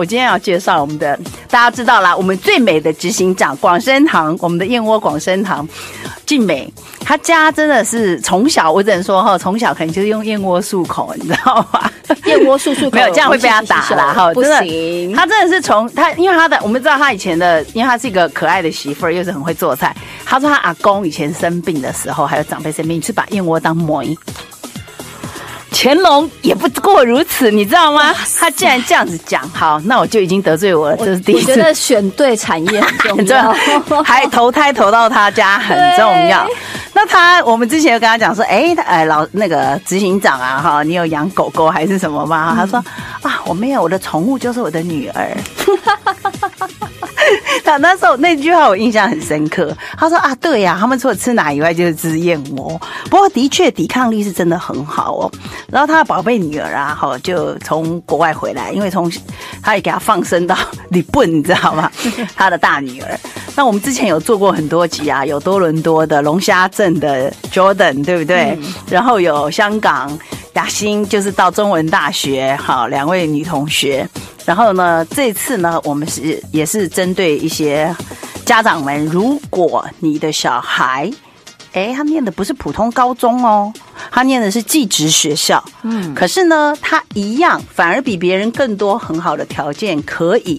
我今天要介绍我们的，大家知道啦，我们最美的执行长广生堂，我们的燕窝广生堂静美，她家真的是从小，我只能说哈，从小可能就是用燕窝漱口，你知道吗？燕窝漱漱口，没有这样会被他打啦哈，不真的行。她真的是从她，因为她的我们知道她以前的，因为她是一个可爱的媳妇儿，又是很会做菜。她说她阿公以前生病的时候，还有长辈生病，是把燕窝当馍。乾隆也不过如此，你知道吗？他竟然这样子讲，好，那我就已经得罪 我了，这是第一我觉次，得选对产业很 重很重 要要，还投胎投到他家很对重要。那他，我们之前有跟他讲说，哎、他哎，老那个执行长啊，哈，你有养狗狗还是什么吗？他说啊，我没有，我的宠物就是我的女儿。 他那时候那句话我印象很深刻。他说啊，对呀、他们除了吃奶以外就是吃燕窝。不过的确抵抗力是真的很好哦。然后他的宝贝女儿啊，哈，就从国外回来，因为从他也给他放生到日本，你知道吗？他的大女儿。那我们之前有做过很多集啊，有多伦多的龙虾镇的 Jordan，对不对？然后有香港雅欣，就是到中文大学，好，两位女同学。然后呢，这次呢，我们是也是针对一些家长们，如果你的小孩，哎，他念的不是普通高中哦，他念的是技职学校，嗯，可是呢，他一样反而比别人更多很好的条件，可以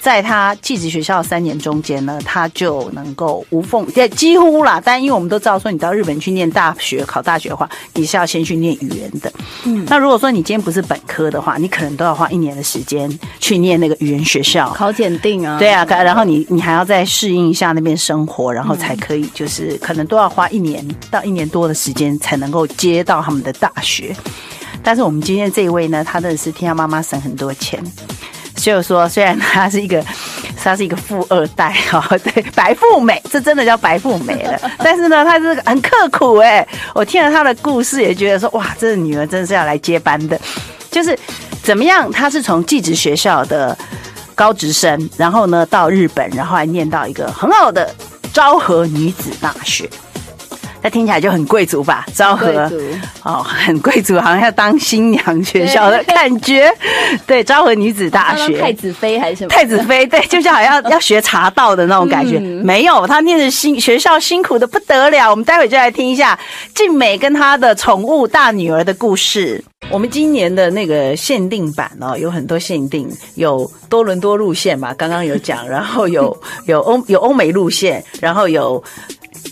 在他技职学校三年中间呢，他就能够无缝，也几乎啦。但因为我们都知道说，你到日本去念大学、考大学的话，你是要先去念语言的，嗯，那如果说你今天不是本科的话，你可能都要花一年的时间去念那个语言学校，考检定啊，对，啊，可然后你你还要再适应一下那边生活，然后才可以，就是可能都要花一年到一年多的时间才能够接到他们的大学。但是我们今天这一位呢，他真的是替他妈妈省很多钱。就是说，虽然他是一个，他是一个富二代哈、 哦，对，白富美，这真的叫白富美 了。但是呢，他是很刻苦哎、我听了他的故事，也觉得说，哇，这个女儿真是要来接班的。就是怎么样，他是从技职学校的高职生，然后呢到日本，然后还念到一个很好的昭和女子大学。那听起来就很贵族吧？昭和贵族哦，很贵族，好像要当新娘学校的对感觉。对，昭和女啊子大当当学。太子妃还是什么？太子妃，对，就是好 像要要学茶道的那种感觉。没有，他念的辛学校辛苦的不得了。我们待会就来听一下静美跟她的宠物大女儿的故事。我们今年的那个限定版哦，有很多限定，有多伦多路线嘛，刚刚有讲，然后有有欧有欧美路线，然后有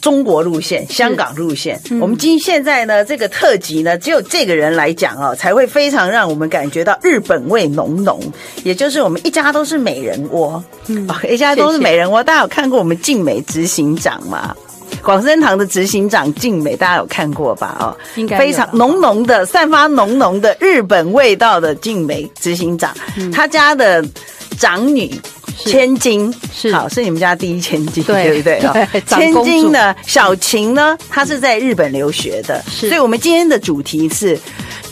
中国路线、香港路线。嗯我们今现在呢，这个特辑呢，只有这个人来讲哦，才会非常让我们感觉到日本味浓浓，也就是我们一家都是美人窝，嗯哦一家都是美人窝。大家有看过我们静美执行长吗？广生堂的执行长静美，大家有看过吧？哦，应该有非常浓浓的、散发浓浓的日本味道的静美执行长，他家的长女嗯是千金是好，是你们家第一千金，对对不对？哦 对长千公主金呢，小晴呢，她是在日本留学的，是所以我们今天的主题是。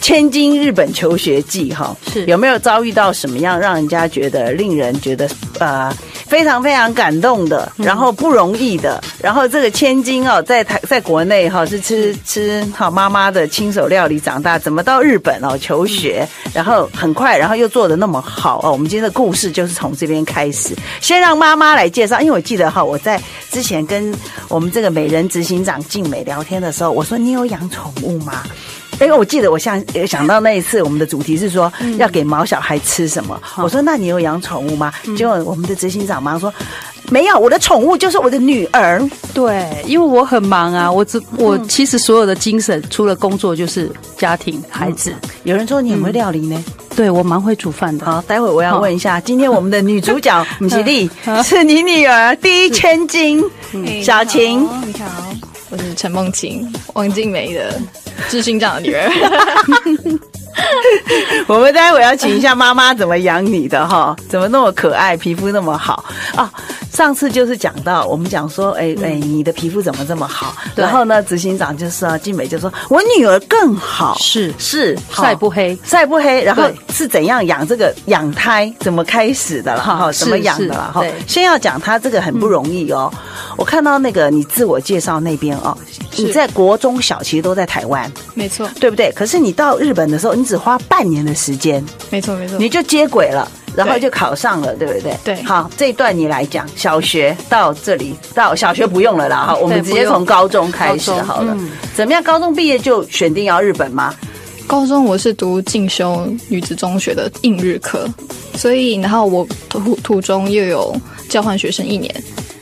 千金日本求学记，哈，是有没有遭遇到什么样让人家觉得令人觉得呃非常非常感动的，然后不容易的，然后这个千金哦，在台在国内哈、是吃吃好妈妈的亲手料理长大，怎么到日本哦求学，然后很快，然后又做的那么好哦。我们今天的故事就是从这边开始，先让妈妈来介绍，因为我记得哈、我在之前跟我们这个美人执行长静美聊天的时候，我说你有养宠物吗？因为我记得我想呃想到那一次，我们的主题是说嗯要给毛小孩吃什么。我说那你有养宠物吗？嗯结果我们的执行长马上说没有，我的宠物就是我的女儿。对，因为我很忙啊，我只我其实所有的精神除了工作就是家庭、孩子。有人说你很会料理呢。对我蛮会煮饭嗯的，好，待会我要问一下，今天我们的女主角米奇丽是你女儿第一千金小晴。嗯哎你好，我是陈梦晴，王静梅的执行长的女儿。 我们待会要请一下妈妈怎么养你的哈，怎么那么可爱，皮肤那么好啊！上次就是讲到，我们讲说，哎哎，你的皮肤怎么这么好？嗯对然后呢，执行长就是啊，静美就说，我女儿更好，是是好晒不黑。晒不黑，然后对是怎样养这个养胎，怎么开始的了好哈，是怎么养的了是哈对。嗯先要讲他这个很不容易哦。我看到那个你自我介绍那边哦，你是在国中小其实都在台湾， 没错， 对不对？可是你到日本的时候，你只花半年的时间，没错，没错。你就接轨了。然后对就考上了，对不对？对好，这一段你来讲，小学到这里，到小学不用了啦，哈，嗯我们对直接不用从高中开始高中好了。怎么样？高中毕业就选定要日本吗？高中我是读进修女子中学的应日科，所以然后我途途中又有交换学生一年，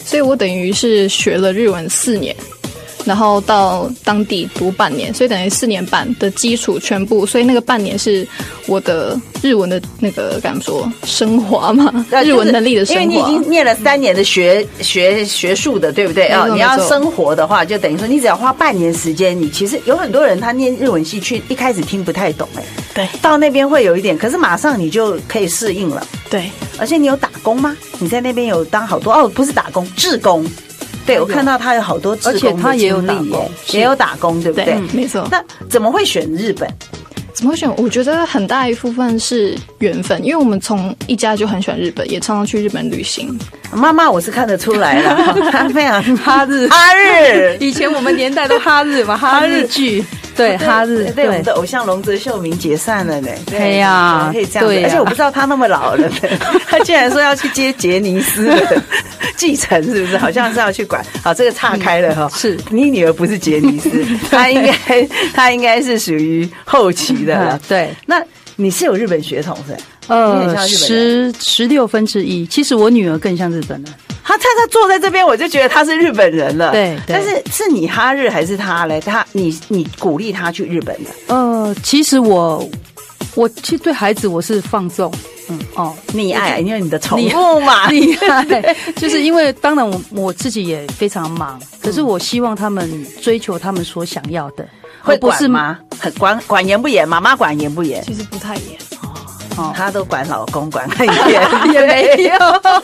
所以我等于是学了日文四年，然后到当地读半年，所以等于四年半的基础全部，所以那个半年是我的日文的那个该怎么说升华嘛，对日呃就是文能力的升因华。为你已经念了三年的学学学术的，对不对没错啊？你要没错生活的话，就等于说你只要花半年时间，你其实有很多人他念日文系去，一开始听不太懂，哎，对到那边会有一点，可是马上你就可以适应了。对，而且你有打工吗？你在那边有当好多哦，不是打工，志工。对，我看到他有好多志工的而且他也有打经历耶工也有打工，对不对，对？嗯没错。那怎么会选日本？怎么会选？我觉得很大一部分是缘分，因为我们从一家就很喜欢日本，也常常去日本旅行。妈妈，我是看得出来 了，她非常哈日，哈日。以前我们年代都哈日嘛，哈日剧， 对哈日，对，我们的偶像龙泽秀明解散了呢。对哎呀可以这样子，对呀而且我不知道他那么老 了呢，他竟然说要去接杰尼斯的继承，是不是？好像是要去管。好，这个岔开了哈。嗯是你女儿不是杰尼 斯，她应该她应该是属于后期的了嗯。对，那你是有日本血统是吧？你很呃，像日本人十十六分之一。其实我女儿更像日本人，她她她坐在这边，我就觉得她是日本人了。对对但是是你哈日还是她嘞？她你你鼓励她去日本的？呃，其实我我其实对孩子我是放纵，嗯哦，溺爱，因为你的宠溺物 嘛，厉害，就是因为当然我我自己也非常忙，可是我希望他们追求他们所想要的，会而不管是？吗？很管管严不严？妈妈管严不严？其实不太严，哦，她都管老公管 很严， 也没有，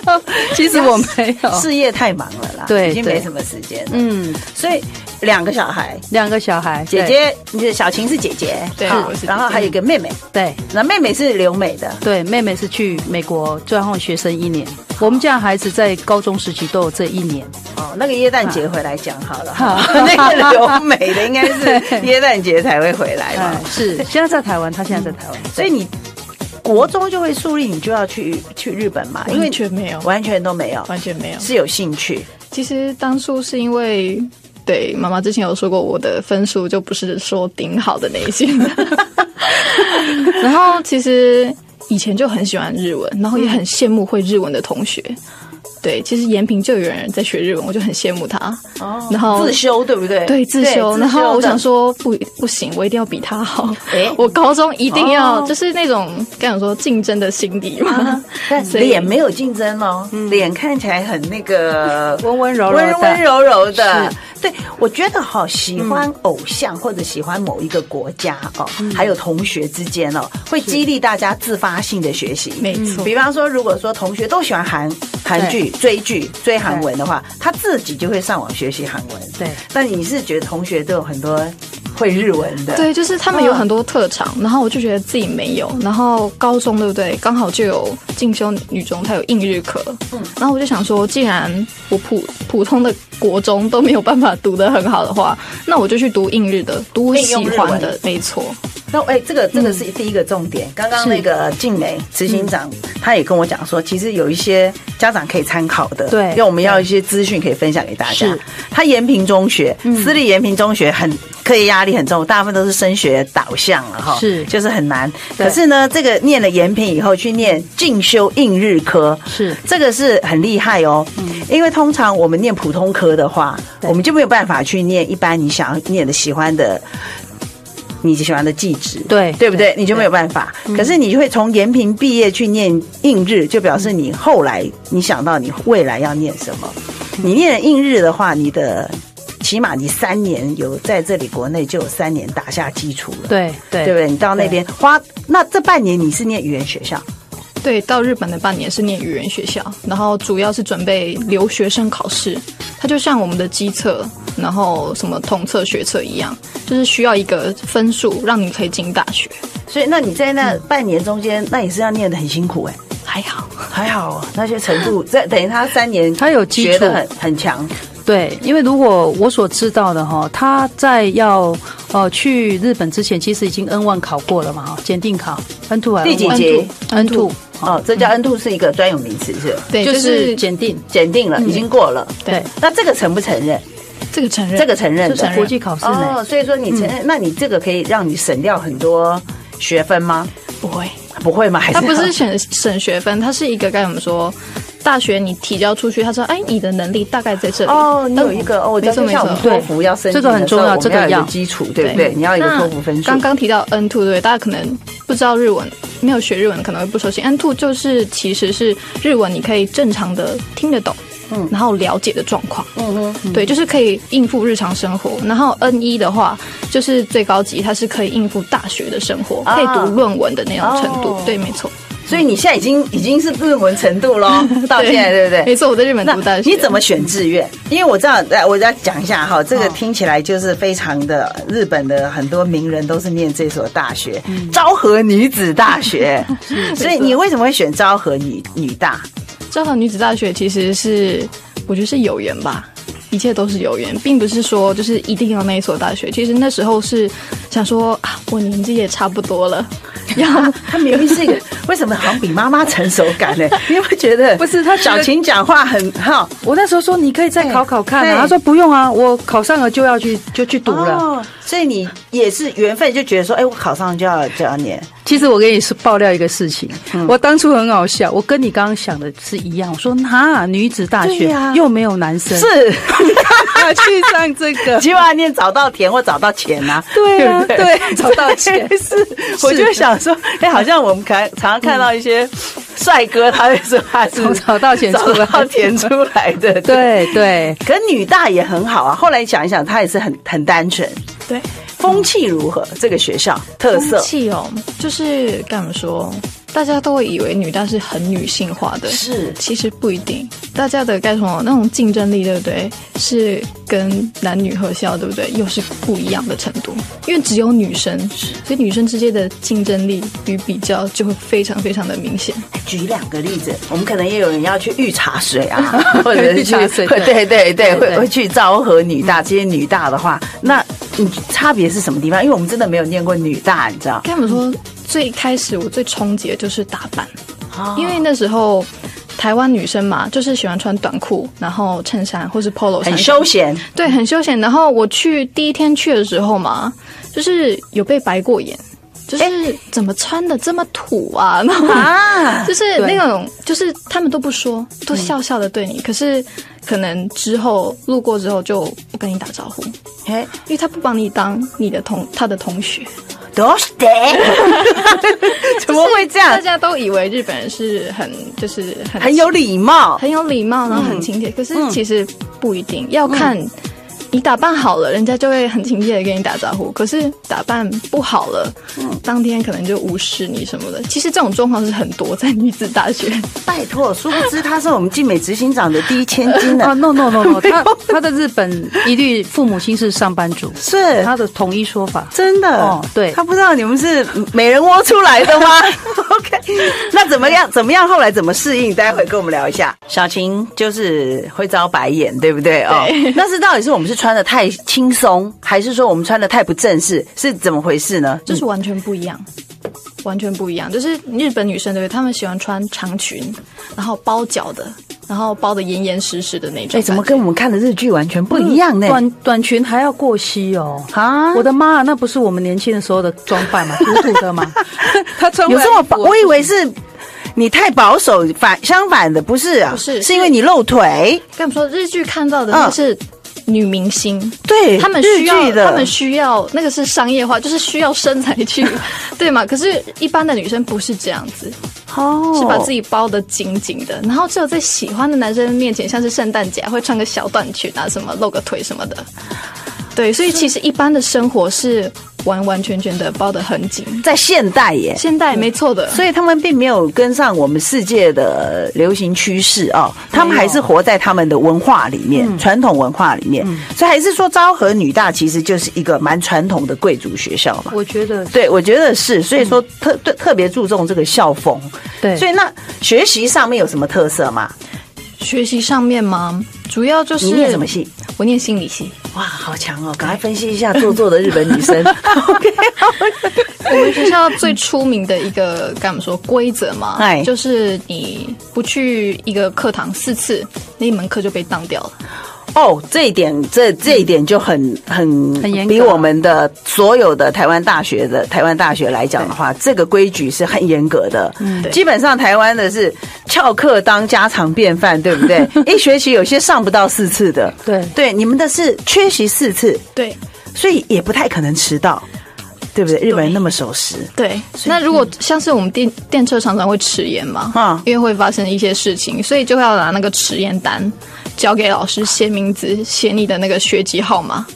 其实我没有，事业太忙了啦，对已经对没什么时间了。嗯，所以两个小孩，两个小孩，姐对姐，你的小晴是姐姐，对好我是姐姐然后还有一个妹妹，对。那妹妹是留美的，对，妹妹是去美国转换学生一年。我们家孩子在高中时期都有这一年，哦，那个耶诞节回来讲好了，好哈那 个留美的应该是对耶诞节才会回来嘛哎，，是现在在台湾，他现在在台湾， 所以你国中就会树立，你就要去去日本嘛，因为完全没有，完全都没有，完全没有。是有兴趣。其实当初是因为。对，妈妈之前有说过，我的分数就不是说顶好的那一 些。然后其实以前就很喜欢日文，然后也很羡慕会日文的同学。对，其实延平就有人在学日文，我就很羡慕他。哦然后自修对不对？对自修，然后我想说，说不不行，我一定要比他好。 诶我高中一定要、哦啊就是那种该怎么说竞争的心理嘛。但所以脸没有竞争哦，嗯脸看起来很那 个温温柔柔温的，温柔柔的是。对，我觉得好喜欢嗯偶像或者喜欢某一个国家哦，还有同学之间哦，会激励大家自发性的学习。没错比方说，如果说同学都喜欢韩韩剧、追剧、追韩文的话，他自己就会上网学习韩文。对，但你是觉得同学都有很多会日文的，对，就是他们有很多特长，嗯然后我就觉得自己没有。然后高中对不对？刚好就有进修女中，它有应日课。嗯，然后我就想说，既然我普普通的国中都没有办法读得很好的话，那我就去读应日的，读我应用喜日欢文的。没错，那哎、这个这嗯个是第一个重点。刚刚那个静美执行长、嗯他也跟我讲说，其实有一些家长可以参考的，对因为我们要一些资讯可以分享给大家是。嗯他延平中学、私立延平中学很课业压力很重，大部分都是升学导向了哈，是就是很难。对可是呢，这个念了延平以后去念进修应日科，是这个是很厉害哦，因为通常我们念普通科的话，嗯对我们就没有办法去念一般你想要念的、喜欢的。你喜欢的技职，对对不对？对嗯你就没有办法。可是你就会从延平毕业去念应日，就表示你后来你想到你未来要念什么。嗯你念了应日的话，你的起码你三年有在这里国内就有三年打下基础了，对对对不对？你到那边花那这半年你是念语言学校，对，到日本的半年是念语言学校，然后主要是准备留学生考试。它就像我们的机测，然后什么统测、学测一样，就是需要一个分数让你可以进大学。所以那你在那半年中间，那也是要念得很辛苦哎、还好，还好啊，那些程度在等于他三年，他有基础学得很很强，对，因为如果我所知道的哈，他在要呃去日本之前，其实已经 N one 考过了嘛哈，检定考 N two 还第是几 N 节 N two 哦，这叫 N two 是一个专有名词，是吧对，就就是是检定，检定了，已经过了。对那这个承不承认？这个承认，这个承认这的是国际考试呢。哦，所以说你承认，那你这个可以让你省掉很多学分吗？不会，不会吗？还是它不是省省学分，它是一个该怎么说？大学你提交出去，他说，哎，你的能力大概在这 里。哦，你有嗯一个哦，我知道，没错就没像我错们。托福要申请这个很的时候重要我们这个要有要个基础，对不对？你要有一个托福分数。刚刚提到 N two 对，大家可能不知道日文，没有学日文可能会不熟悉。N two 就是其实是日文，你可以正常的听得懂，嗯，然后了解的状况，嗯嗯，对，就是可以应付日常生活。然后 N 一的话，就是最高级，它是可以应付大学的生活，啊可以读论文的那种程度。哦对，没错，所以你现在已经已经是论文程度喽，到现在对不对？没错，我在日本那读大学，你怎么选志愿？因为我知道，呃我要讲一下哈，这个听起来就是非常的日本的很多名人都是念这所大学——昭和女子大学。所以你为什么会选昭和女女大？昭和女子大学其实是，我觉得是有缘吧，一切都是有缘，并不是说就是一定要那一所大学。其实那时候是想说啊，我年纪也差不多了，然后她明明是一个，为什么好像比妈妈成熟感呢？你有没有觉得？不是她觉得小琴讲话很哈，我那时候说你可以再考考看对啊，他说不用啊，我考上了就要去就去读了。哦，所以你也是缘分，就觉得说，哎，我考上就要就要念。其实我跟你说爆料一个事情，我当初很好笑，我跟你刚刚想的是一样。我说哈，女子大对学、呀又没有男生，是，去上这个。希望念找到田或找到钱呐、啊。 对 啊，对不对，找 到 钱是，我就想说，哎、好像我们看常常看到一些帅哥，他会说他是从早到钱出来早到钱出来的，。 对对，可女大也很好啊，后来想一想，她也是很很单纯。对风气如何？这个学校特色风气哦，就是该怎么说，大家都会以为女大是很女性化的，是其实不一定。大家的该什么那种竞争力，对不对？是跟男女合校，对不对？又是不一样的程度，因为只有女生，所以女生之间的竞争力与比较就会非常非常的明显。举两个例子，我们可能也有人要去御茶水 啊，或者是御茶水去对对对对，对会对会去昭和女大。这些女大的话，那你差别是什么地方？因为我们真的没有念过女大，你知道？跟他们说，最开始我最冲击的就是打扮，哦因为那时候台湾女生嘛，就是喜欢穿短裤，然后衬衫或是 polo 衫，很休闲，对，很休闲。然后我去第一天去的时候嘛，就是有被白过眼，就是怎么穿的这么土啊？ 然后 啊就是对那种，就是他们都不说，都笑笑的对你，可是可能之后路过之后就不跟你打招呼，因哎，为他不把你当你的同他的同学。どうして？ 怎 么会这大样？家都以为日本人是很就是很很有礼貌，嗯很有礼貌，然后很亲切，可是其实不一定，要看你打扮好了，人家就会很亲切的跟你打招呼。可是打扮不好了，嗯当天可能就无视你什么的。其实这种状况是很多在女子 大学， 拜托，殊不知他是我们静美执行长的第一千金 啊呢。 ，no no no no，他他的日本一律父母亲是上班族，是他的统一说法。真的，哦对他不知道你们是美人窝出来 的吗？OK，那怎么样？怎么样？后来怎么适应？待会跟我们聊一下。小晴就是会遭白眼，对不对？哦，那是到底是我们是穿的太轻松，还是说我们穿的太不正式？是怎么回事呢？就是完全不一样。完全不一样，就是日本女生对不对？她们喜欢穿长裙，然后包脚的，然后包的严严实实的那种。哎，怎么跟我们看的日剧完全不一样呢？短短裙还要过膝哦。啊我的妈、啊，那不是我们年轻的时候的装 扮吗？土土的吗？他穿有这么保？薄？我以为是你太保守，反相反的不是啊，不是是因为你露腿。哎跟我们说，日剧看到的那嗯是女明星，对，他们日需要剧，的，他们需要那个是商业化，就是需要身材 去，对嘛？可是，一般的女生不是这样子，哦是把自己包的紧紧的，然后只有在喜欢的男生面前，像是圣诞节啊会穿个小短裙啊，什么露个腿什么的。对，所以其实一般的生活是完完全全的包的很紧，在现代耶。现代没错的，所以他们并没有跟上我们世界的流行趋势哦，他们还是活在他们的文化里面，传统文化里面。所以还是说昭和女大其实就是一个蛮传统的贵族学校嘛。我觉得对，我觉得是，所以说特特特别注重这个校风。对所以那学习上面有什么特色吗？学习上面吗？主要就是你念什么系？啊我念心理系，哇，好强哦！赶快分析一下做作的日本女生。OK， 我们学校最出名的一个该怎么说规则嘛哎，就是你不去一个课堂四次，那一门课就被当掉了。哦，这一点，这这一点就很很很严格比我们的所有的台湾大学的台湾大学来讲的话，这个规矩是很严格的。对基本上台湾的是翘课当家常便饭，对不对？一学期有些上不到四次的，对对，你们的是缺席四次，对所以也不太可能迟到，对不对？日本人那么守时，对，那如果像是我们电电车常常会迟延嘛，嗯因为会发生一些事情，所以就要拿那个迟延单交给老师，写名字，写你的那个学籍号码，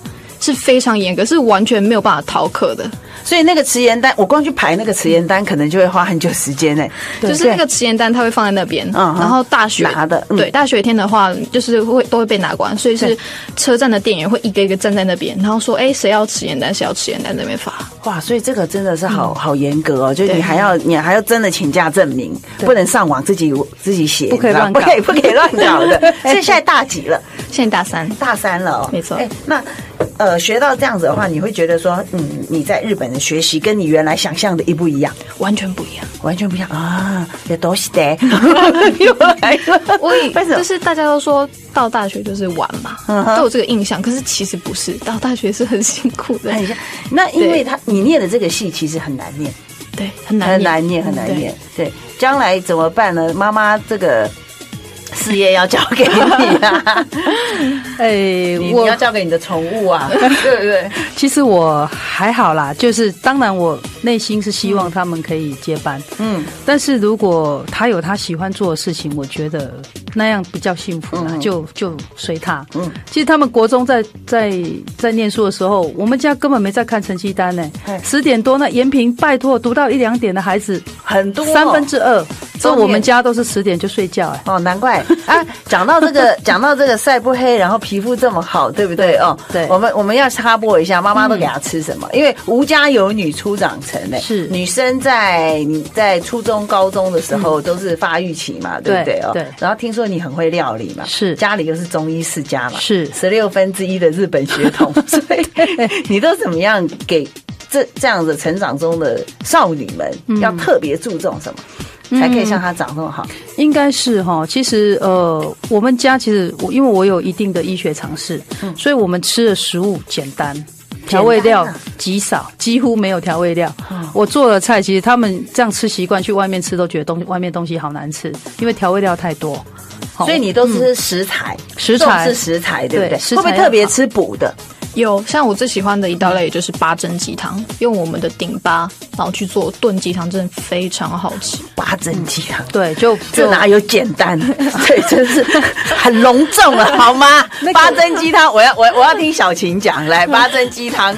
是非常严格，是完全没有办法逃课的。所以那个迟延单，我光去排那个迟延单，可能就会花很久时间呢、就是那个迟延单，它会放在那边，嗯哼然后大学拿的嗯对，大学天的话就是会都会被拿光，所以对是车站的店员会一个一个站在那边，然后说，哎，谁要迟延单，谁要迟延单，在那边发。哇，所以这个真的是好、好严格哦，就是你对还要你还要真的请假证明，不能上网自己自己写，不可以你知道乱不搞可以不可以乱搞的。所以现在大几了？现在大三，大三了哦，没错哎，那呃，学到这样子的话，你会觉得说，嗯，你在日本的学习跟你原来想象的一不一样，完全不 一样。完全不一样啊！有东西的， 又来了，我以为什么就是大家都说到大学就是玩嘛，嗯都有这个印象，可是其实不是，到大学是很辛苦的看，一下，那因为他你念的这个戏其实很难念。对，很难很难念，很难念。对，将来怎么办呢？妈妈这个事业要交给你 啊，哎，你我你要交给你的宠物 啊，对不对？其实我还好啦，就是当然我内心是希望他们可以接班，嗯，但是如果他有他喜欢做的事情，我觉得那样比较幸福啦，嗯就就随他。嗯嗯，其实他们国中在在在念书的时候，我们家根本没在看成绩单呢、嘿十点多那延平，拜托读到一两点的孩子，很多哦三分之二，这重点我们家都是十点就睡觉哎、哦，难怪啊！讲到这个， 讲到这个晒不黑，然后皮肤这么好，对不对？哦，对嗯我们我们要插播一下，妈妈都给她吃什么？因为吴家有女初长成诶，是女生在在初中、高中的时候都是发育期嘛，对不对？嗯哦对对，然后听说你很会料理嘛，是家里又是中医世家嘛，是十六分之一的日本血 统，所以你都怎么样给这这样的成长中的少女们、嗯要特别注重什么？才可以像她长这么好，应该是哈，其实呃，我们家其实我因为我有一定的医学常识，嗯所以我们吃的食物简单，啊调味料极少，几乎没有调味料。嗯我做的菜，其实他们这样吃习惯，去外面吃都觉得东外面东西好难吃，因为调味料太多。好嗯所以你都吃食材，食材重视食材，对不对？对食会材嗯不会特别吃补的？有像我最喜欢的一道类就是八珍鸡汤，用我们的顶巴然后去做炖鸡汤，真的非常好吃。八珍鸡汤，对，就这就，哪有简单？对，真是很隆重了，好吗？八珍鸡汤，我要我我要听小琴讲，来，八珍鸡汤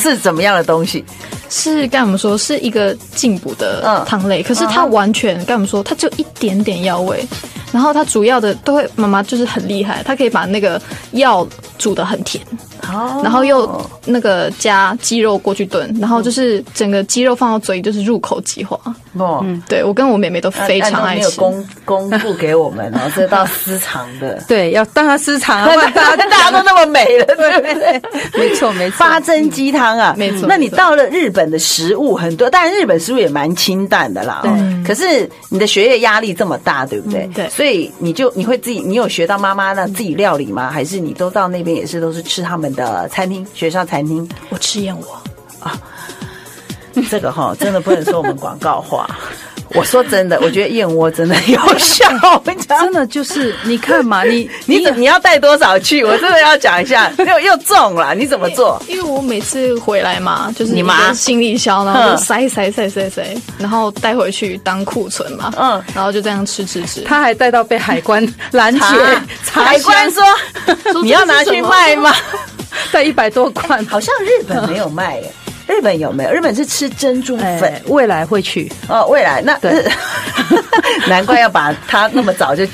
是怎么样的东西？是该怎么说？是一个进补的嗯汤类，可是它完全该怎么说？它只有一点点药味，然后它主要的都会妈妈就是很厉害，她可以把那个药煮得很甜，哦然后又那个加鸡肉过去炖，然后就是整个鸡肉放到嘴里就是入口即化。哦。对我跟我妹妹都非常但都爱没有吃。公公布给我们哦，这道私藏的对，要当然 私藏啊，大不然大家家大家都那么美了，对不对？没错没错，八珍鸡汤啊，没错那你没错到了日本的食物很多，当然日本食物也蛮清淡的啦、哦。可是你的学业压力这么大，对不对？对所以你就你会自己，你有学到妈妈那自己料理吗？还是你都到那边也是都是吃他们的餐厅，学校餐厅？我吃厌我，这个哈、真的不能说我们广告话。我说真的，我觉得燕窝真的有效，我跟你讲。真的就是你看嘛，你 你怎你要带多少去？我真的要讲一 下，又又中了，你怎么做？因为我每次回来嘛，就是你一妈个行李箱，然后嗯就塞塞塞塞塞，然后带回去当库存嘛，嗯嗯，然后就这样吃吃吃。他还带到被海关拦截，查啊海关说你要拿去卖吗？ 带一百多罐，好像日本没有卖耶，日本有没有？日本是吃珍珠哎粉未来会去，哦，未来那对 难怪要把它那么早就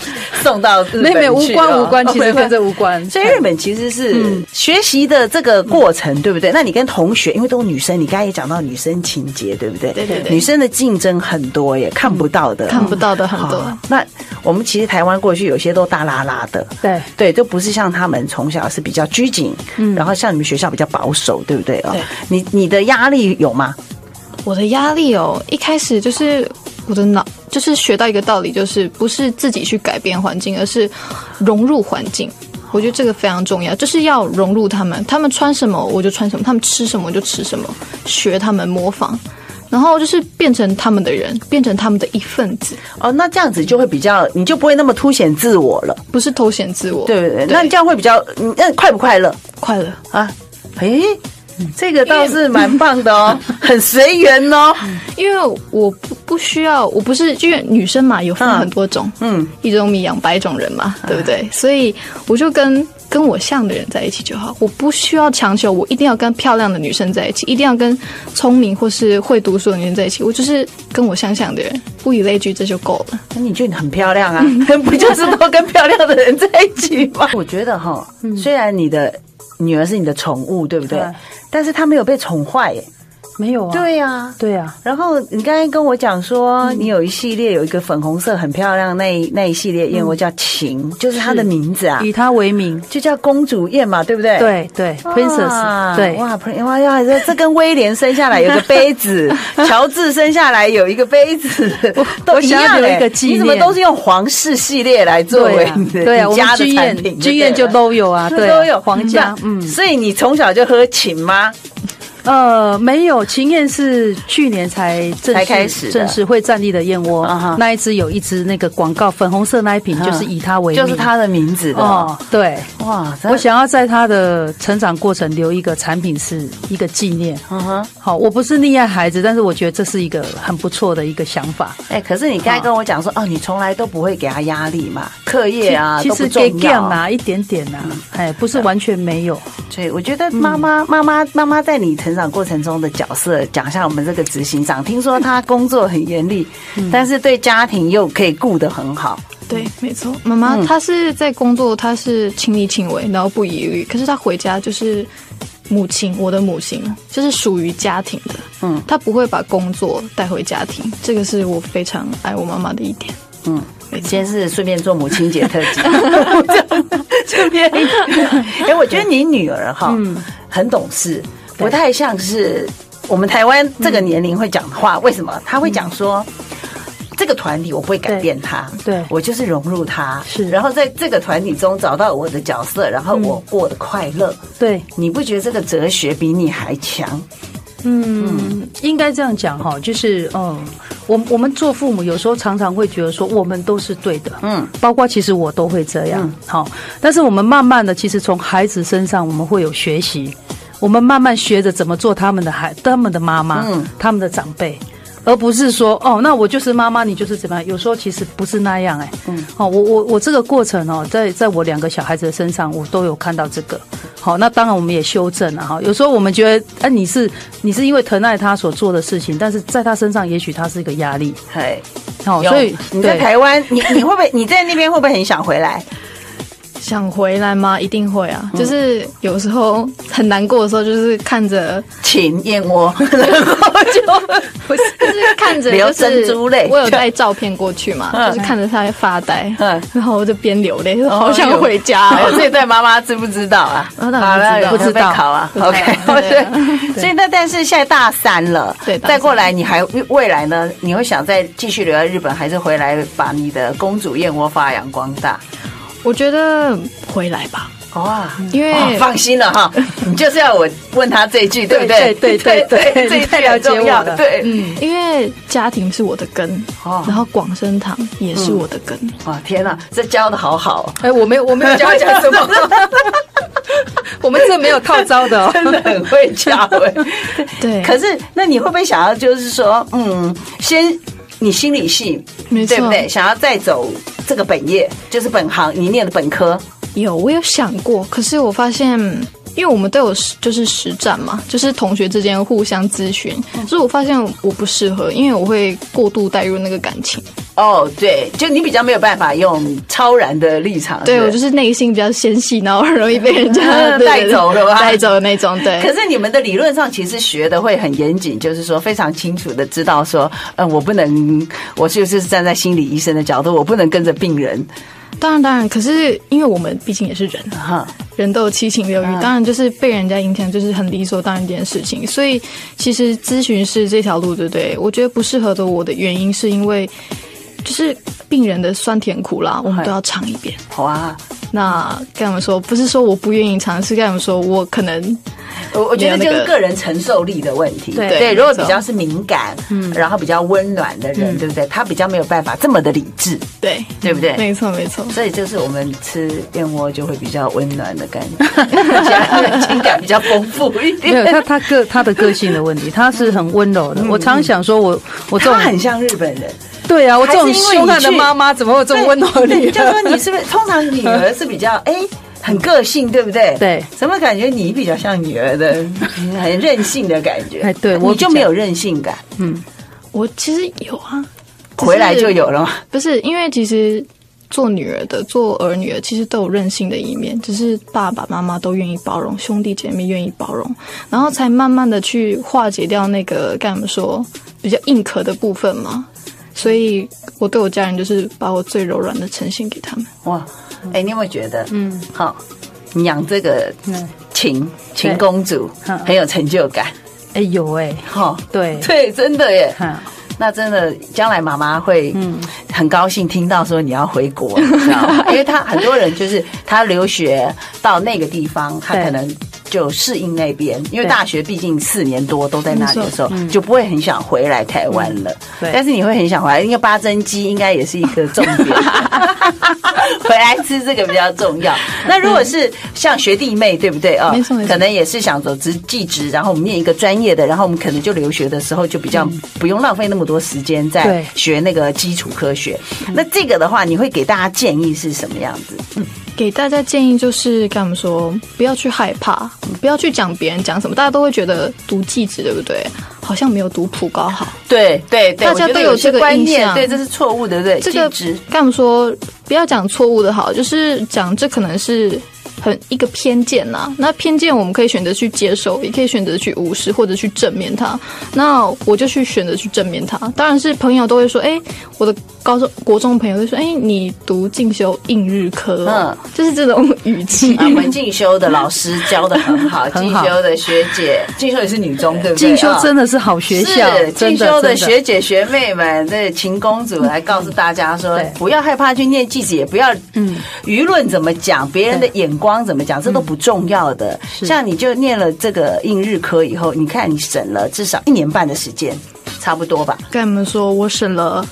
送到日本去没有没有无哦关无关，其实哦不会跟这无关。哎所以日本其实嗯是学习的这个过程，对不对？那你跟同学，因为都是女生，你刚才也讲到女生情节，对不对？对对对嗯女生的竞争很多耶，看不到的，看不到的很多好。那我们其实台湾过去有些都大拉拉的，对对，就不是像他们从小是比较拘谨，嗯，然后像你们学校比较保守，对不对啊对？你你的压力有吗？我的压力哦，一开始就是我的脑，就是学到一个道理，就是不是自己去改变环境，而是融入环境。我觉得这个非常重要，就是要融入他们，他们穿什么我就穿什么，他们吃什么我就吃什么，学他们模仿，然后就是变成他们的人，变成他们的一份子，哦，那这样子就会比较，你就不会那么凸显自我了，不是偷闲自我。对不对？对那这样会比较，嗯那快不快乐？快乐。啊，诶，这个倒是蛮棒的哦，很随缘哦。因为我不不需要，我不是因为女生嘛，有分嗯很多种，嗯嗯，啊一种米养百种人嘛，对不对？所以我就跟跟我像的人在一起就好，我不需要强求，我一定要跟漂亮的女生在一起，一定要跟聪明或是会读书的女生在一起，我就是跟我相像的人，物以类聚，这就够了。那你觉得你很漂亮啊？ 不就是都跟漂亮的人在一起吗？ 我觉得哈，虽然你的女儿是你的宠物，对不对对？但是她没有被宠坏耶。没有啊？对呀、嗯对啊，然后你刚才跟我讲说，你有一系列有一个粉红色很漂亮那一那一系列燕窝叫晴，嗯就是它的名字啊，以他为名，就叫公主燕嘛，对不对？对对哇，princess，对啊啊哇，prin- 哇呀，这这跟威廉生下来有个杯子， 乔治生下来有一个杯子，都我一想要样留一欸个纪你怎么念都是用皇室系列来作对为啊你的对啊，你我家们的剧产品？院剧院就对了都有啊，对啊，都有皇家，嗯，嗯，所以你从小就喝琴吗？呃，没有，秦燕是去年才正式才开始的正式会站立的燕窝啊哈，那一只有一只那个广告粉红色那一瓶嗯就是以它为名，就是它的名字的哦，对，哇，我想要在它的成长过程留一个产品是一个纪念。嗯哼，好，我不是溺爱孩子，但是我觉得这是一个很不错的一个想法。哎，可是你刚才跟我讲说，哦，你从来都不会给他压力嘛，课业啊其都实不给重 g a 要 m 啊，一点点啊，哎，不是完全没有。所以我觉得妈妈、妈妈、妈妈在你成长过程中的角色，讲一下我们这个执行长，听说他工作很严厉，但是对家庭又可以顾得很好。对，没错，妈妈、她是在工作，她是亲力亲为，然后不遗余力。可是她回家就是母亲，我的母亲就是属于家庭的，嗯嗯，她不会把工作带回家庭，这个是我非常爱我妈妈的一点。嗯，没错今天是顺便做母亲节特辑， 顺便。 哎，我觉得你女儿哈，嗯很懂事，不太像是我们台湾这个年龄会讲的嗯话。为什么？她会讲说。这个团体我不会改变他，对我就是融入他，是嗯然后在这个团体中找到我的角色，然后我过得快乐，对，你不觉得这个哲学比你还强？嗯，应该这样讲哈，就是嗯，我我们做父母有时候常常会觉得说我们都是对的，嗯，包括其实我都会这样嗯，好、但是我们慢慢的，其实从孩子身上我们会有学习，我们慢慢学着怎么做他们的孩、他们的妈妈、嗯他们的长辈。而不是说哦，那我就是妈妈，你就是怎么样？有时候其实不是那样哎、嗯，哦，我我我这个过程哦，在在我两个小孩子的身上，我都有看到这个。好，那当然我们也修正了哈。有时候我们觉得，哎、你是你是因为疼爱他所做的事情，但是在他身上，也许他是一个压力。嘿，好，有哦所以你在对台湾，你你会不会你在那边会不会很想回来？想回来吗？一定会啊！就是有时候很难过的时候，就是看着， 请燕窝，然后就不是，就是看着，流就是珍珠泪我有带照片过去嘛，就是看着他发呆嗯，然后我就边流泪，哎好呦想回家哦。哎呦这段妈妈知不知道啊？妈当然不知道有没有不知道被考啊。不知道 OK， 对啊对所以那但是现在大三了，对大三再过来你还未来呢？你会想再继续留在日本，还是回来把你的公主燕窝发扬光大？我觉得回来吧，哇，因为哇放心了哈，你就是要我问他这一句，对不对？对对对对这一你太句了很解重我要，了对，嗯，因为家庭是我的根，哦嗯然后广生堂也是我的根，哇，天哪，这教的好好哦，哎、我没有我没有教讲什么，我们这没有套招的 哦。真的很会教哎。对，可是，那你会不会想要就是说，嗯，先你心理系，没错对不对？想要再走这个本业，就是本行，你念的本科，有我有想过，可是我发现因为我们都有实就是实战嘛，就是同学之间互相咨询，嗯所以我发现我不适合，因为我会过度带入那个感情，哦，对，就你比较没有办法用超然的立场，对不我就是内心比较纤细，然后很容易被人 带家对 对对走了吧带走的那种，对可。是你们的理论上其实学的会很严谨，就是说非常清楚的知道说，嗯，我不能，我就是站在心理医生的角度，我不能跟着病人，当然当然，可是因为我们毕竟也是人啊，哈，人都有七情六欲，当然就是被人家影响，就是很理所当然一件事情。所以其实咨询师这条路，对不对？我觉得不适合的我的原因，是因为就是病人的酸甜苦辣，我们都要尝一遍。好啊。那跟你们说，不是说我不愿意尝试，跟你们说我可能我我觉得没就有那是个个人承受力的问题。对对，没如果错比较是敏感，嗯，然后比较温暖的嗯人，对不对？他比较没有办法这么的理智，对，对不对？没错没错。所以就是我们吃燕窝就会比较温暖的感 觉，情感比较丰富一没有点。他他个他的个性的问题，他是很温柔的。我常想说我，我这嗯他种很像日本人，对啊，我这种还是因为你凶悍的去妈妈怎么会有这种温柔的对女就儿？说你是不是通常女儿是比较哎很个性，对不对？对怎么感觉你比较像女儿的， 很任性的感觉？哎对我你就比没较有任性感，我其实有啊，只是回来就有了嘛。不是因为其实。做女儿的，做儿女的，其实都有任性的一面，只是爸爸妈妈都愿意包容，兄弟姐妹愿意包容，然后才慢慢的去化解掉那个该怎么说比较硬壳的部分嘛。所以我对我家人就是把我最柔软的呈现给他们。哇，哎、你有没有觉得，嗯，好，你养这个秦秦公主嗯很有成就感， 哎、有哎、哈、 对，对，真的耶。看那真的，将来妈妈会嗯很高兴听到说你要回 国，你知道吗？因为她很多人就是她留学到那个地方，她对可能就适应那边，因为对大学毕竟四年多都在那里没的错时候，就不会很想回来台湾嗯了。对但是你会很想回来，因为八珍鸡应该也是一个重 点， 回来吃这个比较重要。那如果是像学弟妹，对不对啊？没错没错可能也是想走职技职，然后我们念一个专业的，然后我们可能就留学的时候就比较嗯不用浪费那么多时间在对学那个基础科学。那这个的话，你会给大家建议是什么样子？给大家建议就是，跟我们说，不要去害怕，不要去讲别人讲什么，大家都会觉得读技职对不对？好像没有读普高好。对对大家我觉得都有些这个观印念，象对，这是错误的，对不对？这个技职干嘛说不要讲错误的好，就是讲这可能是很一个偏见呐、那偏见我们可以选择去接受，也可以选择去无视或者去正面它。那我就去选择去正面它。当然是朋友都会说，哎、我的高中国中朋友都说，哎、你读进修应日科、哦，就是这种语气。啊，我们进修的老师教的很 好，进很好修的学姐，进修也是女中，对不对？进修啊真的是好学校，是真进的修的真学姐学妹们，对秦公主来告诉大家说对，不要害怕去念记者，也不要嗯，舆论怎么讲，别人的眼光怎么嗯讲，这都不重要的。像你就念了这个应日科以后，你看你省了至少一年半的时间，差不多吧？跟你们说，我省了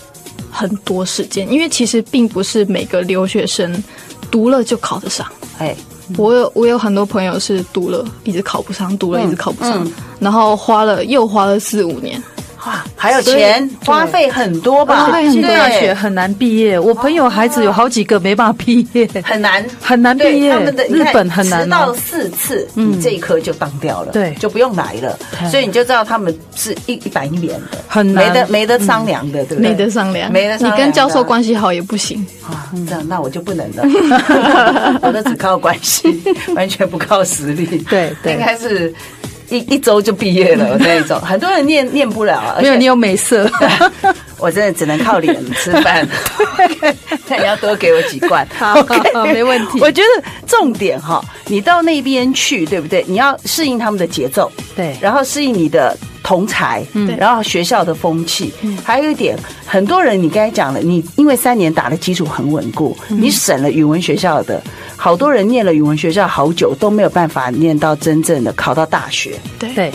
很多时间，因为其实并不是每个留学生读了就考得上。哎，我有我有很多朋友是读了一直考不上，读了一直考不上，然后花了又花了四五年，哇，还有钱花费很多吧？花费很多对大学很难毕业，我朋友孩子有好几个没办法毕业，很难很难对毕业他们的你看日本很难哦嗯迟到四次，你这一科就当掉了，对就不用来了，所以你就知道他们是一一板一眼的，很难嗯没得没得商量的，对不对？没得商量，没得商量的啊你跟教授关系好也不行，啊，嗯这样那我就不能 了， 我都只靠关系，完全不靠实力，对对应该是。一一周就毕业了那一种，很多人念念不了，啊而没有且你有美色， 我真的只能靠脸吃 饭。那你要多给我几罐，好 OK 好没问题我觉得重点哈，你到那边去，对不对？你要适应他们的节奏，对然后适应你的同才，嗯，然后学校的风气，嗯还有一点，很多人你刚才讲了，你因为三年打的基础很稳固，嗯你省了语文学校的，好多人念了语文学校好久都没有办法念到真正的考到大学，对，对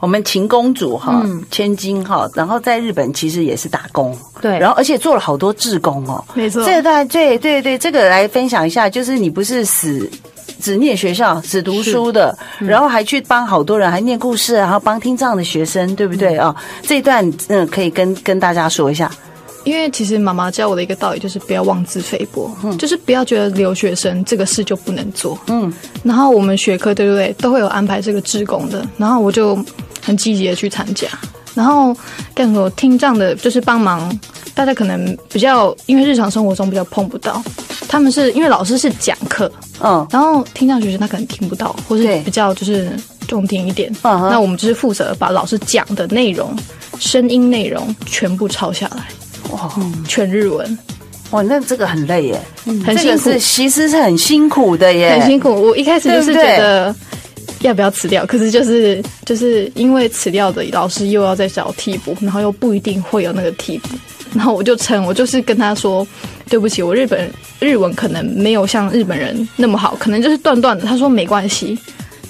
我们秦公主哈，嗯千金哈，然后在日本其实也是打工，对然后而且做了好多志工哦。没错，这段对对对，这个来分享一下，就是你不是死。只念学校，只读书的，嗯然后还去帮好多人，还念故哦呃事啊，然后帮听障的学生，对不对啊、这一段嗯，可以跟跟大家说一下。因为其实妈妈教我的一个道理就是不要妄自菲薄，就是不要觉得留学生这个事就不能做。嗯，然后我们学科对不对都会有安排这个志工的，然后我就很积极的去参加。然后干什么听障的，就是帮忙大家可能比较，因为日常生活中比较碰不到，他们是因为老师是讲课，嗯然后听障学生他可能听不到，或是对比较就是重听一点。嗯哼那我们就是负责把老师讲的内容、声音内容全部抄下来，哇全日文，哇，那这个很累耶，很嗯这辛个苦，是其实是很辛苦的耶，很辛苦。我一开始就是对不对觉得。要不要辞掉？可是就是就是因为辞掉的老师又要再找替补，然后又不一定会有那个替补，然后我就撑，我就是跟他说，对不起，我日本日文可能没有像日本人那么好，可能就是断断的。他说没关系，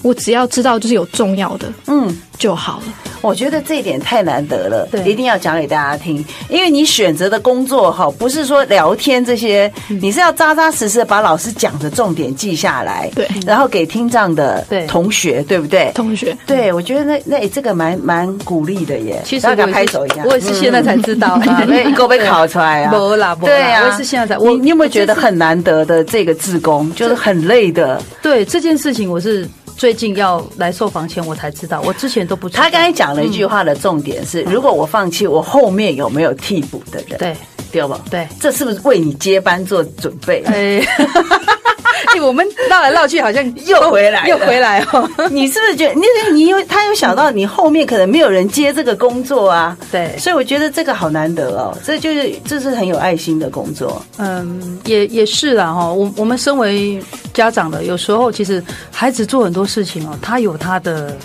我只要知道就是有重要的，嗯，就好了。我觉得这一点太难得了，对一定要讲给大家听。因为你选择的工作哈，不是说聊天这些，嗯你是要扎扎实实地把老师讲的重点记下来，对然后给听障的对同学，对不对？同学，对，我觉得那那这个蛮蛮鼓励的耶，其实大我家也是拍手一下，我也是现在才知道啊，嗯， 一 个被烤出来啊，没啦没啦对啊，我也是现在才我你你有没有觉得很难得的这个志工，就是很累的？对这件事情，我是最近要来受访前我才知道，我之前都不知道。他刚才讲了一嗯句话的重点是，如果我放弃，我后面有没有替补的人？对对吧？对这是不是为你接班做准备？哎， 哎，我们绕来绕去好像又回来了又回来哦。 你是不是觉得你你有他有想到你后面可能没有人接这个工作啊？对所以我觉得这个好难得哦，这就是这是很有爱心的工作。嗯，也也是啦哈。我我们身为家长的，有时候其实孩子做很多事情哦，他有他的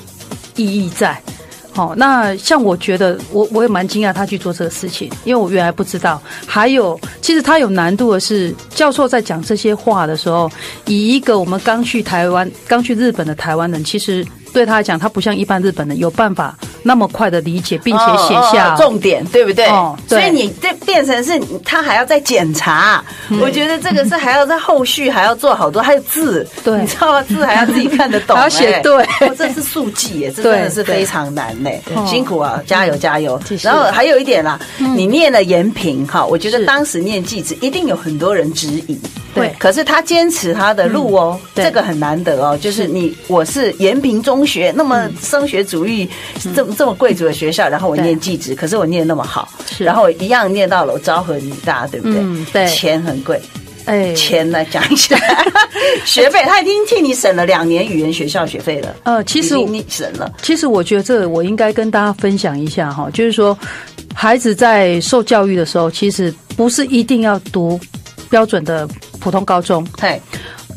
意义在。好、那像我觉得我我也蛮惊讶他去做这个事情，因为我原来不知道。还有，其实他有难度的是，教授在讲这些话的时候，以一个我们刚去台湾、刚去日本的台湾人，其实对他来讲，他不像一般日本人有办法那么快的理解，并且写下、哦哦哦重点，对不对？哦所对以你这变成是他还要再检查，嗯我觉得这个是还要在后续还要做好多，还有字，对你知道吗？字还要自己看得懂， 还要写哎对哦这是速记耶，这真的对是非常难嘞，对嗯辛苦啊，加油加油继！续然后还有一点啦，你念了延平哈，我觉得嗯是当时念记子一定有很多人质疑。对嗯可是他坚持他的路哦，对这个很难得哦。就是你，我是延平中学，那么升学主义嗯这么这么贵族的学校，然后我对念技职，可是我念那么好，嗯是然后我一样念到了我昭和女大，对不对？嗯对钱很贵，哎钱呢讲一 下，学费他已经替你省了两年语言学校学费了，呃，其实已我经你省了，其实我觉得这个我应该跟大家分享一下哈，就是说，孩子在受教育的时候，其实不是一定要读标准的普通高中，对，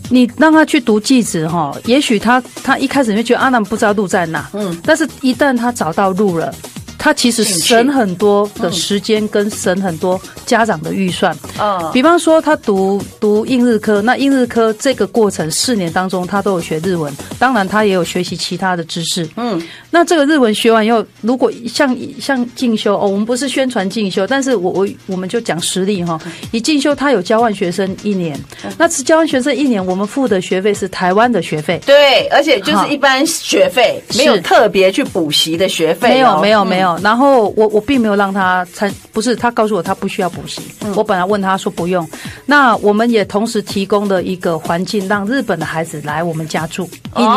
你让他去读技职哈，也许他他一开始会觉得阿南不知道路在哪，嗯，但是一旦他找到路了。他其实进去省很多的时间，跟省很多家长的预算。哦，比方说，他读读英日科，那英日科这个过程四年当中，他都有学日文，当然他也有学习其他的知识。嗯，那这个日文学完以后，如果像像进修哦，我们不是宣传进修，但是我我我们就讲实例哈、你进修他有交换学生一年，那是交换学生一年，我们付的学费是台湾的学费。对，而且就是好一般学费，没有是特别去补习的学费、哦，没有没有没有，然后我我并没有让他参，不是他告诉我他不需要补习，嗯我本来问他说不用，那我们也同时提供了一个环境，让日本的孩子来我们家住一年。哦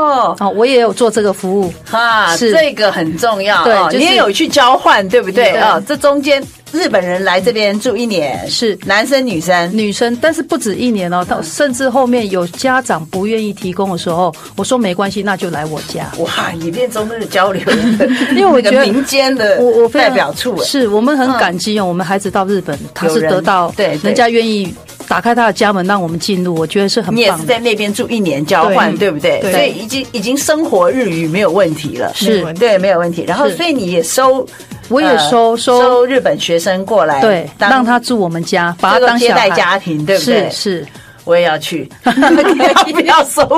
嗯哦，我也有做这个服务，哈，是这个很重要。对哦就是你也有去交换，对不对？对啊、这中间日本人来这边住一年，是男生女生，女生，但是不止一年哦，到嗯甚至后面有家长不愿意提供的时候，我说没关系，那就来我家。哇，你变中日交流， 因为我那个觉得民间的我我非代常表处哎是我们很感激哦，我们孩子到日本，他有是人得到对对人家愿意打开他的家门让我们进入，我觉得是很你也棒是的。在那边住一年交换，对对不对？对所以已经已经生活日语没有问题了，是没问题对，没有问题。然后是所以你也收，我也呃收收收日本学生过来，对，当让他住我们家，把这他个当接小待孩家庭，对不对？是是，我也要 去， 要不要收我？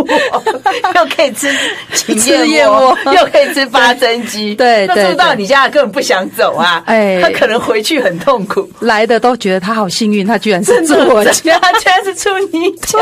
又可以吃秦吃燕燕窝窝，又可以吃八珍鸡，对对那住对到你家根本不想走啊，哎他可能回去很痛苦。来的都觉得他好幸运，他居然是真住的我真的他居然是住你家，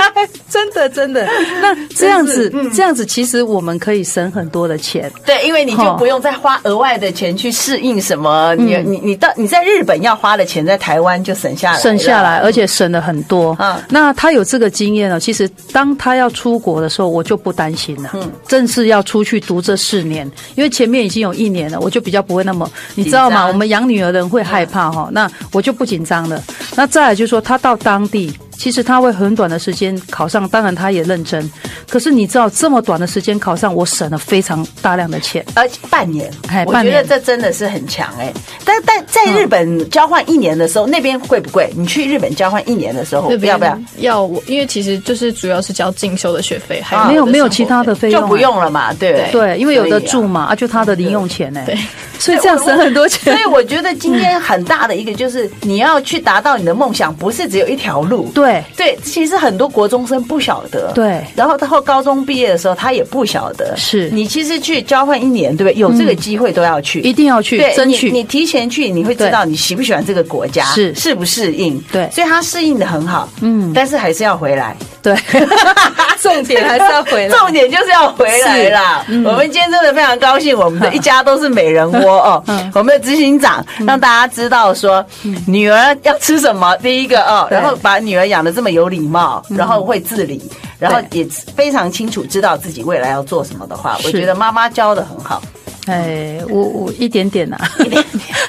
真的真的。 那这样子，嗯这样子，其实我们可以省很多的钱。对，因为你就哦嗯不用再花额外的钱去适应什么，你你你到你在日本要花的钱，在台湾就省下来了，省下来，而且省了很多。嗯那他有这个经验了。哦其实当他要出国的时候，我就不担心了。嗯，正式要出去读这四年，因为前面已经有一年了，我就比较不会那么，你知道紧吗？张嗯我们养女儿的人会害怕哈、那我就不紧张了。那再来就是说，他到当地。其实他会很短的时间考上，当然他也认真。可是你知道，这么短的时间考上，我省了非常大量的钱。而且呃半年，哎我半觉年得这真的是很强哎、但但在日本交换一年的时候，那边贵不贵？你去日本交换一年的时候，那边要不要？要我？因为其实就是主要是交进修的学费，还有啊我没有的没有生活其他的费费用、啊就不。用了嘛，对不对？对，因为有的所以住啊。嘛，啊，就他的零用钱呢、对，所以这样省很多所钱。以我觉得今天很大的一个就是你要去达到你的梦想，不是只有一条路。对，对，其实很多国中生不晓得。对然后到后高中毕业的时候，他也不晓得。是嗯你其实去交换一年，对不对？有这个机会都要去，一定要去对争你。你取。提前去，你会知道你喜不喜欢这个国家，是适不适应。对所以他适应的很好，嗯，但是还是要回来。对， 重点还是要回来。嗯重点就是要回来啦。我们今天真的非常高兴，我们的一家都是美人窝哦。 嗯我们的执行长让大家知道说，女儿要吃什么，第一个哦，对嗯然后把女儿养的这么有礼貌，然后会自理，然后也非常清楚知道自己未来要做什么的话，我是觉得妈妈教的很好。哎，我我一点点呐、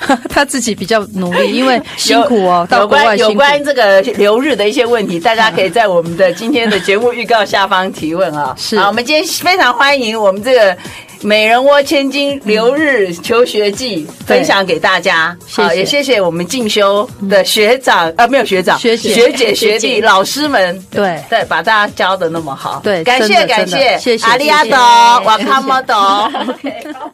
啊， 他自己比较努力，因为辛苦哦，有到有国外关辛有苦。关这个留日的一些问题，大家可以在我们的今天的节目预告下方提问啊。是好，我们今天非常欢迎我们这个美人窝千金留日求学记对分享给大家。谢嗯谢好，也谢谢我们进修的学长啊，没有学长，学姐学姐、学弟、学姐老师们，对对，把大家教的那么好，对感真谢的感真的谢，谢谢阿里阿谢斗 谢，瓦卡莫斗。OK，好